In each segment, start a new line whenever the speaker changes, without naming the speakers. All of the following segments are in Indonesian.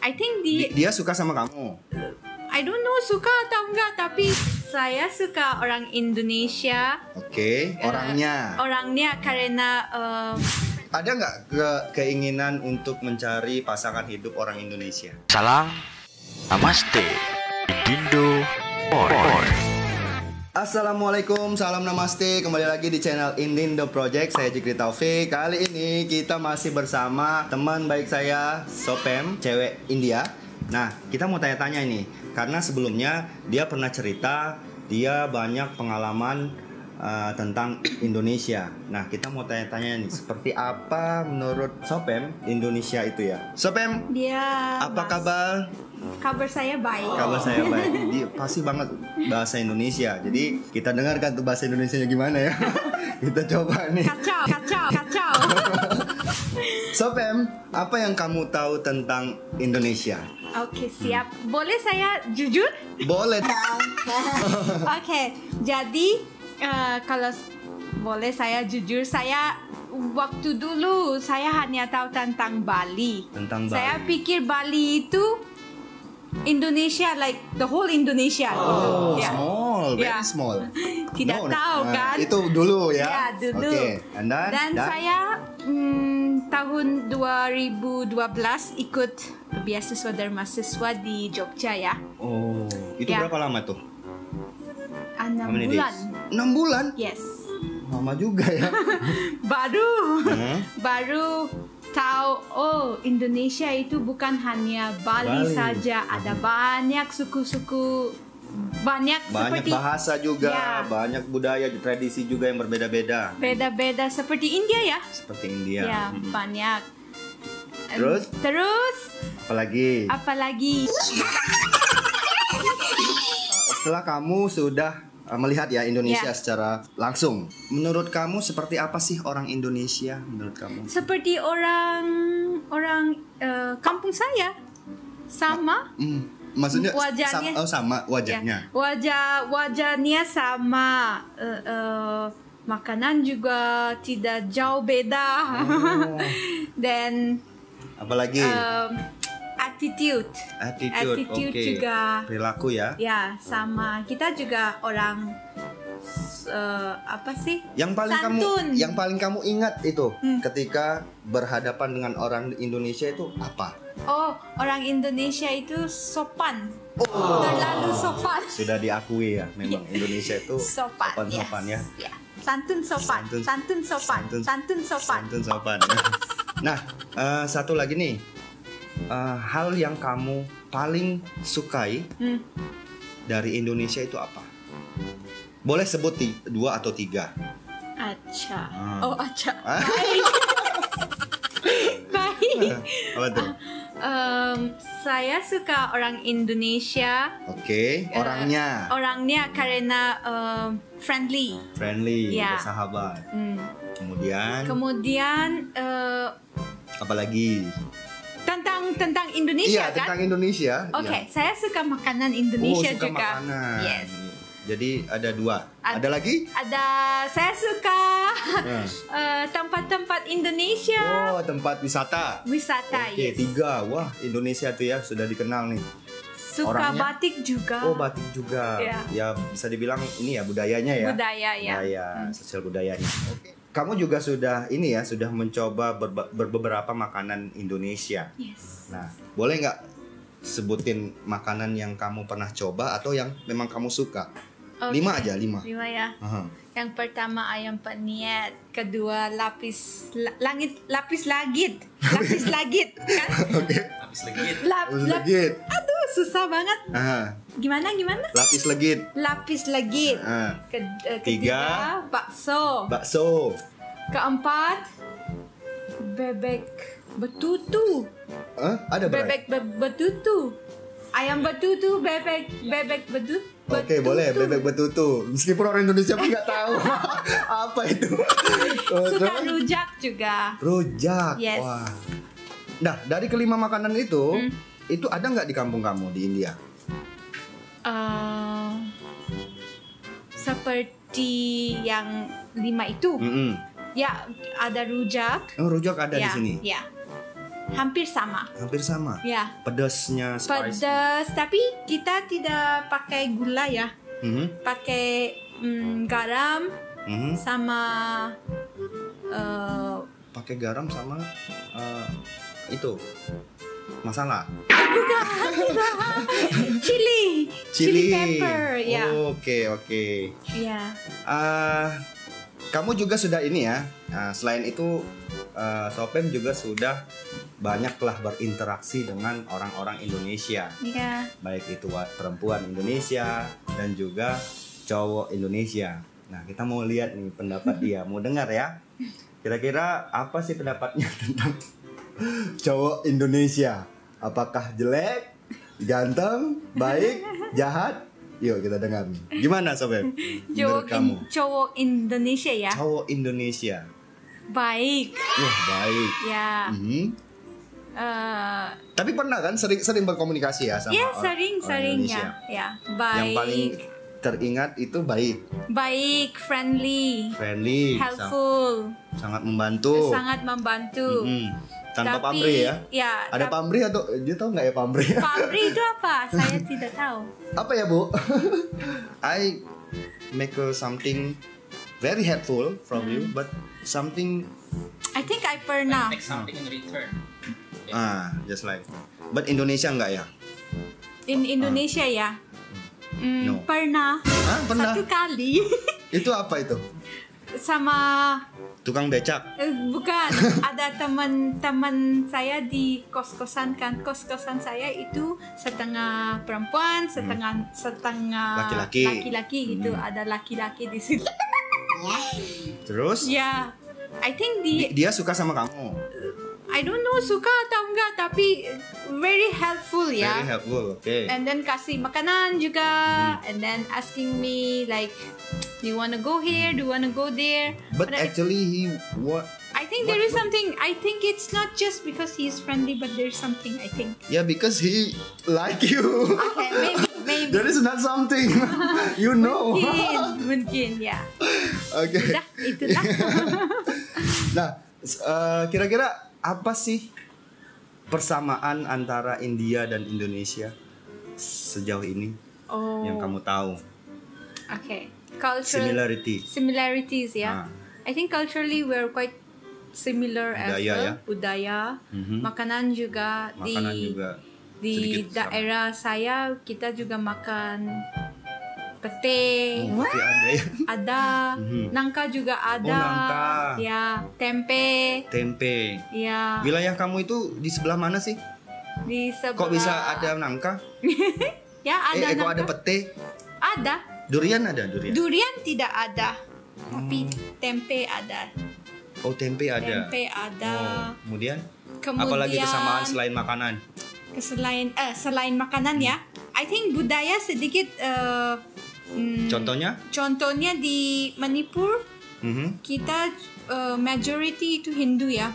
I think
Di-
di
Dia suka sama kamu.
I don't know suka atau enggak tapi saya suka orang Indonesia Eh,
Oke, orangnya.
orangnya karena um,
Ada nggak ke- keinginan untuk mencari pasangan hidup orang Indonesia?
Salam, namaste, dindo, boy.
Assalamualaikum, salam namaste. Kembali lagi di channel Indin The Project. Saya Jikri Taufik. Kali ini kita masih bersama teman baik saya, Sopem, cewek India. Nah, kita mau tanya-tanya ini karena sebelumnya dia pernah cerita dia banyak pengalaman eh, tentang Indonesia. Nah, kita mau tanya-tanya nih seperti apa menurut Sopem Indonesia itu ya? Sopem,
dia
apa
mas-
kabar?
kabar saya baik
Kabar saya baik. Dia pasti banget bahasa Indonesia. Jadi kita dengarkan tuh bahasa Indonesia gimana ya. kita coba nih.
kacau kacau kacau
Sopem, apa yang kamu tahu tentang Indonesia?
oke siap boleh saya jujur
Boleh.
Oke, jadi eh, kalau s- boleh saya jujur, saya waktu dulu saya hanya tahu tentang Bali.
Tentang Bali.
Saya pikir Bali itu Indonesia, like the whole Indonesia. gitu.
Oh,
Ya.
small, very
Ya.
small.
Tidak tahu,
nah,
kan?
Itu dulu ya.
Ya, dulu.
Oke, and then-
Dan
dan-
saya mm, tahun 2012 ikut beasiswa dari mahasiswa di Jogja ya.
Oh, itu
Ya.
berapa lama tuh? How
6
many
bulan.
days? 6 bulan?
Yes.
Lama juga ya.
Baru.
Hmm.
baru tahu oh Indonesia itu bukan hanya Bali,
Bali. Hmm.
saja ada banyak suku-suku banyak,
Banyak
seperti
bahasa juga,
Ya.
banyak budaya, tradisi juga yang berbeda-beda.
beda-beda seperti India ya
Seperti India.
ya
Mm-mm.
banyak Em,
Terus?
terus
Apalagi?
apalagi
Setelah kamu sudah uh, melihat ya
Ya.
Indonesia secara langsung, menurut kamu seperti apa sih orang Indonesia menurut kamu?
seperti orang orang eh, kampung saya sama
Hmm, maksudnya s-
Wajahnya.
sam- oh, sama
Ya,
wajahnya.
wajah wajahnya sama eh, eh, makanan juga tidak jauh beda
Oh.
dan
Apalagi
um, attitude
attitude,
attitude
oke.
juga
Perilaku ya.
ya sama kita juga orang s- eh, apa sih
Yang paling
Santun. Hmm.
kamu yang paling kamu ingat itu ketika berhadapan dengan orang Indonesia itu apa?
oh orang Indonesia itu sopan
Oh.
terlalu sopan
Sudah diakui ya memang Indonesia itu
sopan yes.
sopan-sopan ya.
Ya. santun sopan
Santun.
santun sopan
Santun.
santun sopan
Santun sopan. nah, eh, satu lagi nih. Eh, hal yang kamu paling sukai
Hmm.
dari Indonesia itu apa? Boleh sebut ti- dua atau tiga.
acha
Hmm.
oh acha
Ah.
baik
Eh, Apa tuh?
Em, Um, saya suka orang Indonesia
Oke,
Eh,
orangnya
orangnya karena em, friendly.
friendly,
Ya.
bersahabat.
Hmm.
Kemudian
Kemudian eh,
apalagi?
tentang tentang Indonesia
Iya,
kan?
tentang Indonesia.
Oke,
Iya.
saya suka makanan
Oh,
Indonesia
suka
juga.
makanan.
Yes.
Jadi ada dua.
Ad-
ada lagi?
Ada saya suka
Nah.
eh, tempat-tempat Indonesia.
Oh, tempat wisata.
Wisata
Oke,
yes.
tiga. Wah, Indonesia tuh ya sudah dikenal nih.
Suka
Orangnya?
batik juga.
Oh, batik
Ah.
juga.
Iya.
Ya, bisa dibilang ini ya budayanya ya.
Budaya ya.
Budaya, sosial budayanya. Oke. Kamu juga sudah ini ya, sudah mencoba berba- ber- beberapa makanan Indonesia.
Yes.
Nah, boleh nggak sebutin makanan yang kamu pernah coba atau yang memang kamu suka?
Oke.
Lima aja, lima.
Lima ya.
Aha.
Yang pertama ayam penyet, kedua lapis la- langit, lapis langit, lapis langit, kan?
Habis legit.
Lap,
Lapis
lap-
legit.
aduh susah banget.
Aha.
Gimana gimana?
Lapis legit.
Lapis legit.
Aha.
Ke- eh,
Tiga.
ketiga bakso.
Bakso.
Keempat bebek betutu,
Hah? Ada berapa?
bebek be- betutu, ayam betutu, bebek bebek betu- betutu.
Oke boleh bebek betutu meskipun orang Indonesia pun nggak tahu apa itu. Oh,
Suka
terus?
rujak juga.
Rujak.
Yes. Hmm.
Wah. Nah, dari kelima makanan itu, itu ada nggak di kampung kamu di India?
Eh, seperti yang lima itu.
Mm-mm.
Ya, ada rujak.
Oh, rujak Hmm. ada
ya,
di sini.
Ya. hampir sama.
Hampir sama.
Ya.
Pedasnya spice.
Pedas, tapi kita tidak pakai gula ya.
Mhm,
Pakai mm, garam
mhm.
sama eh,
Pakai garam sama eh, itu masalah.
chili, chili, pepper, ya.
Oke oke.
Ya.
Ah, kamu juga sudah ini ya. Nah, selain itu, eh, Sopem juga sudah banyaklah berinteraksi dengan orang-orang Indonesia,
Ya.
baik itu wa- perempuan Indonesia dan juga cowok Indonesia. Nah, kita mau lihat nih pendapat dia, mau dengar ya. Kira-kira apa sih pendapatnya tentang cowok Indonesia? Apakah jelek, ganteng, baik, jahat? Yuk kita dengar. Gimana Sopem? Menurut
Cowok,
kamu?
in- cowok Indonesia ya.
cowok Indonesia.
Baik.
Wah baik.
Ya.
Mhm.
Eh,
Tapi pernah kan sering-sering berkomunikasi ya sama
ya
orang,
sering
orang
sering
Indonesia.
ya. Ya.
Yang paling
Baik.
teringat itu baik,
Baik, friendly,
friendly, sang-
helpful,
sangat membantu.
sangat membantu.
Mhm. Tanpa
Tapi-
pamrih ya.
Ya.
Ada
tap-
pamrih atau dia tahu nggak ya pamrih?
pamrih itu apa? Saya tidak tahu.
Apa ya bu? I make a something very helpful from you,
Hmm.
but something
I think I pernah.
Take something in return.
ah just like. But Indonesia nggak ya?
In Indonesia ya. Mm,
Hmm. No.
Pernah.
Ah pernah.
Satu kali
Itu apa itu?
sama
Tukang becak.
eh, bukan ada teman-teman saya di kos-kosan kan kos-kosan saya itu setengah perempuan setengah setengah
Hmm. Laki-laki. Hmm.
laki-laki gitu ada laki-laki di situ
Terus?
ya I think di
Dia suka sama kamu.
I don't know suka atau enggak tapi very helpful ya
Very helpful. Hmm. Oke.
and then kasih makanan juga and then asking me like do you wanna go here do you wanna go there
But
I-
actually he what?
I think there is something I think it's not just because he's friendly but there's something I think
Yeah, because he like you.
okay maybe maybe
There is not something. you know.
mungkin mungkin ya
Oke.
udah itulah
Nah, s- eh, kira-kira apa sih persamaan antara India dan Indonesia sejauh ini
oh
yang kamu tahu?
okay cultural
Similarity.
similarities ya
Ah.
I think culturally we're quite similar as
Budaya,
well
ya.
budaya
Mhm.
makanan juga
Makanan
di
juga
di
sedikit sama.
daerah saya kita juga makan pete
Oh, tapi ada ya.
ada
Mhm.
nangka juga ada
nangka.
ya tempe
Tempe.
ya
Wilayah kamu itu di sebelah mana sih?
di sebelah
Kok bisa ada nangka?
ya
eh,
ada
eh, kok ada
nangka.
pete?
ada
Durian ada durian.
durian tidak ada
Ya.
tapi tempe ada
Oh tempe ada.
tempe ada
Oh, kemudian,
kemudian
apalagi kesamaan selain makanan.
selain eh, selain makanan ya I think budaya sedikit eh, hmm,
Contohnya?
contohnya di Manipur Mm-hmm.
Mhm.
kita uh, majority itu Hindu ya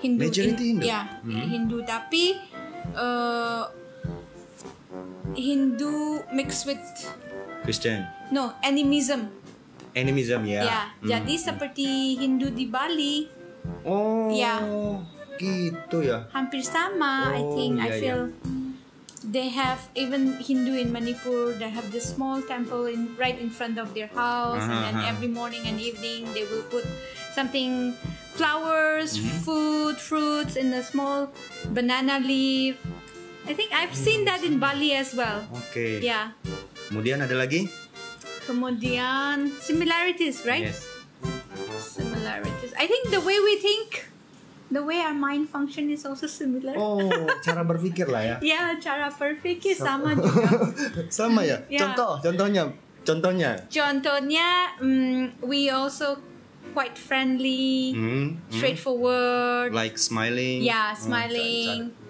Hindu
Majority Hindu? Hmm.
ya Hindu tapi uh, Hindu mixed with
Christian.
no animism
Animism ya.
ya
Hmm.
jadi seperti Hindu di Bali
Oh.
Ya.
Gitu ya.
hampir sama I
Oh,
think I
iya,
feel they have even Hindu in Manipur they have this small temple in right in front of their house and then
Aha.
every morning and evening they will put something flowers
Mm-hmm.
food fruits in a small banana leaf I think I've
Mm,
seen that in Bali as well
Oke.
yeah
Kemudian ada lagi?
kemudian similarities right
Yes.
similarities I think the way we think the way our mind function is also similar
Oh, cara berpikir lah ya.
Ya, cara berpikir sama juga.
Sama ya.
Ya.
Contoh, contohnya, contohnya.
Contohnya, mm, we also quite friendly,
Hmm, hmm.
straightforward.
Like smiling.
yeah,
Oh,
Ya, smiling.
cari-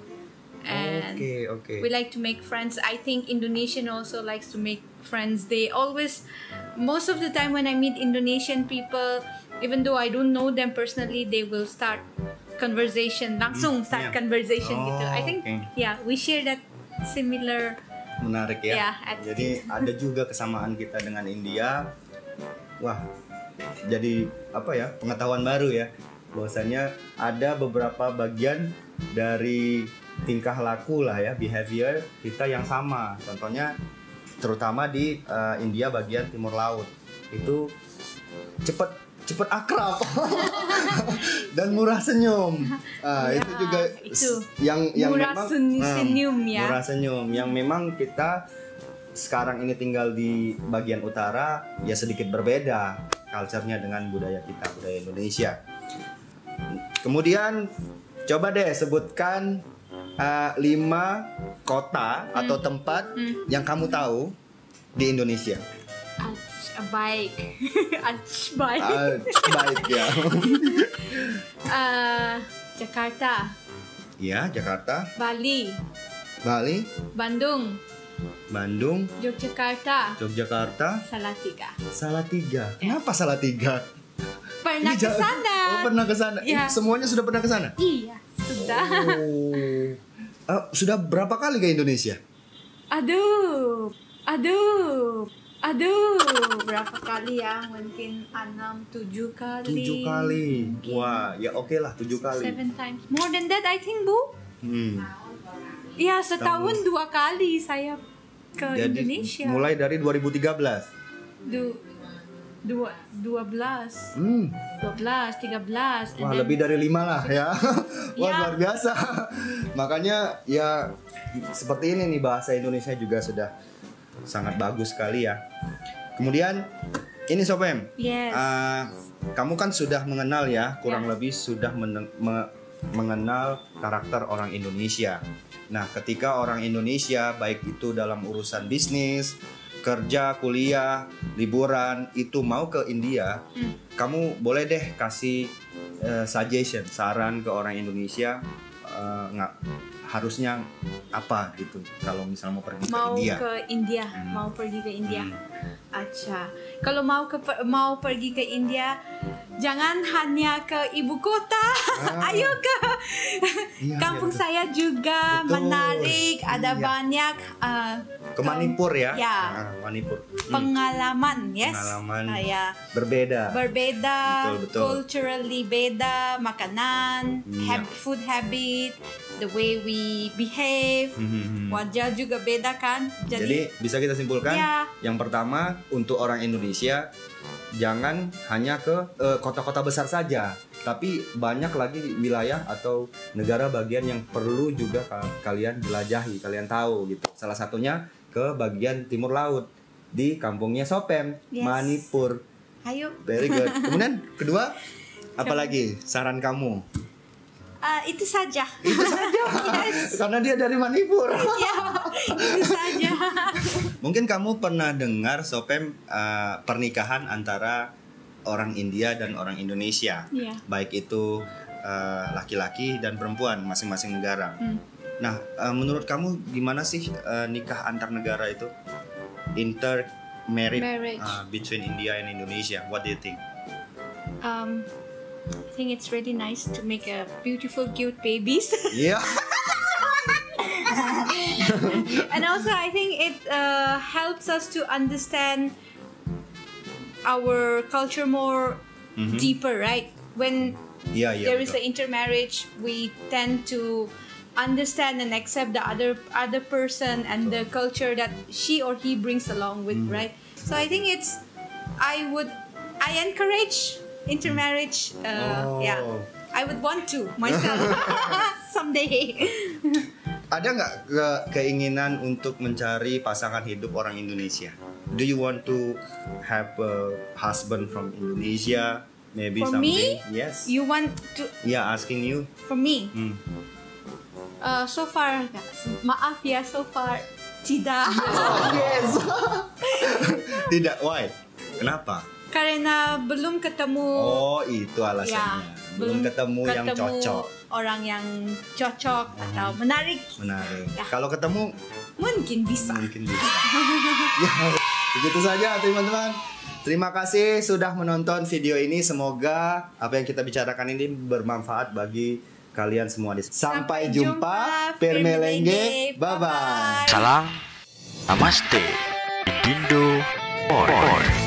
and
Oke, oke.
we like to make friends. I think Indonesian also likes to make friends. They always, most of the time when I meet Indonesian people, even though I don't know them personally, they will start conversation, langsung start
Mm-hmm. yeah.
conversation gitu. I
Oh,
think,
okay.
yeah, we share that similar.
menarik ya.
Ya, attitude.
jadi ada juga kesamaan kita dengan India. Wah, jadi apa ya pengetahuan baru ya. Bahwasanya ada beberapa bagian dari tingkah laku lah ya behavior kita yang sama contohnya terutama di eh, India bagian timur laut itu cepet cepet akrab dan murah senyum Ah,
Ya,
itu juga
itu.
yang yang
Murah
memang
sen-
Hmm,
senyum ya.
murah senyum yang memang kita sekarang ini tinggal di bagian utara ya sedikit berbeda culture-nya dengan budaya kita budaya Indonesia kemudian coba deh sebutkan eh, lima kota atau
Hmm.
tempat yang kamu tahu di Indonesia
Ach, a bike. Ach, bike.
Ah, baik ya
Uh, Jakarta,
ya Jakarta
Bali,
Bali
Bandung,
Bandung
Yogyakarta,
Yogyakarta
Salatiga.
Salatiga kenapa Salatiga
Ya. Pernah
Ini
ke
jauh-
sana?
Oh, pernah ke sana.
Iya.
Ini Semuanya sudah pernah ke sana?
Iya, sudah.
Oh. Eh, sudah berapa kali ke Indonesia?
Aduh, aduh, aduh. Berapa kali ya? Mungkin 6, 7 kali.
Tujuh kali. Wah, ya oke lah tujuh kali.
7 times. More than that, I think, Bu.
Hmm.
Ya, setahun dua kali saya ke
Jadi
Indonesia.
mulai dari 2013.
Du, dua, 12,
Hmm.
12, 13.
Wah, lebih dari lima lah ya. Wah,
Ya.
luar biasa. Makanya ya seperti ini nih bahasa Indonesia juga sudah sangat bagus sekali ya. Kemudian ini Sobem.
Yes.
Ah, kamu kan sudah mengenal ya, kurang
Ya.
lebih sudah meneng- me- mengenal karakter orang Indonesia. Nah, ketika orang Indonesia baik itu dalam urusan bisnis, kerja, kuliah, liburan itu mau ke India,
Hmm.
kamu boleh deh kasih eh, suggestion, saran ke orang Indonesia eh, nggak harusnya apa gitu kalau misal mau pergi
mau
ke India.
ke India,
Hmm.
mau pergi ke India.
Hmm.
Acha. Kalau mau ke mau pergi ke India, jangan hanya ke ibu kota.
Ah.
Ayo ke
Iya,
kampung
iya,
saya juga
Betul.
menarik, ada
Iya. Hmm.
banyak eh,
betul. ke Manipur ya.
Ya.
Ah, Manipur. Hmm.
pengalaman, yes.
Pengalaman.
Ah, ya.
Berbeda.
Berbeda,
Betul, betul.
culturally beda, makanan,
Iya.
hab- food habit, the way we behave,
Mhm.
wajah juga beda kan.
Jadi,
Jadi,
bisa kita simpulkan
Iya.
yang pertama untuk orang Indonesia jangan hanya ke eh, kota-kota besar saja, tapi banyak lagi wilayah atau negara bagian yang perlu juga ka- kalian jelajahi, kalian tahu gitu. Salah satunya ke bagian timur laut di kampungnya Sopem,
Yes.
Manipur.
ayo
Very good. Kemudian kedua apalagi saran kamu?
Ah, itu saja.
Karena dia dari Manipur.
ya, itu saja.
Mungkin kamu pernah dengar Sopem eh, pernikahan antara orang India dan orang Indonesia,
Iya.
baik itu eh, laki-laki dan perempuan masing-masing negara.
Hmm.
Nah, eh, menurut kamu gimana sih eh, nikah antar negara itu inter married eh,
Marriage.
between India and Indonesia? What do you think?
Um, I think it's really nice to make a beautiful, cute babies,
Iya.
and also I think it uh, helps us to understand our culture more
Mhm.
deeper, right? When
Iya, iya.
there is
betul.
an intermarriage, we tend to understand and accept the other other person and the culture that she or he brings along
Mm.
with, right? So I think it's I would I encourage intermarriage. Uh,
Oh.
Yeah, I would want to myself someday.
Ada nggak ke- keinginan untuk mencari pasangan hidup orang Indonesia? Do you want to have a husband from Indonesia? Maybe
For
someday.
me?
Yes.
you want to
Yeah, asking you.
for me?
Hmm.
Uh, so far, maaf ya, so far tidak.
Yes. Tidak. Why? Kenapa?
Karena belum ketemu.
Oh, itu alasannya. belum, ketemu, yang
Ya, ketemu
cocok. Hmm.
orang yang cocok atau menarik
Menarik.
Ya.
Kalau ketemu
mungkin bisa
mungkin bisa. ya, begitu saja teman-teman. Terima kasih sudah menonton video ini. Semoga apa yang kita bicarakan ini bermanfaat bagi kalian semua. Sampai, jumpa, Permelengge. Bye-bye.
Salam Namaste Idindo Port.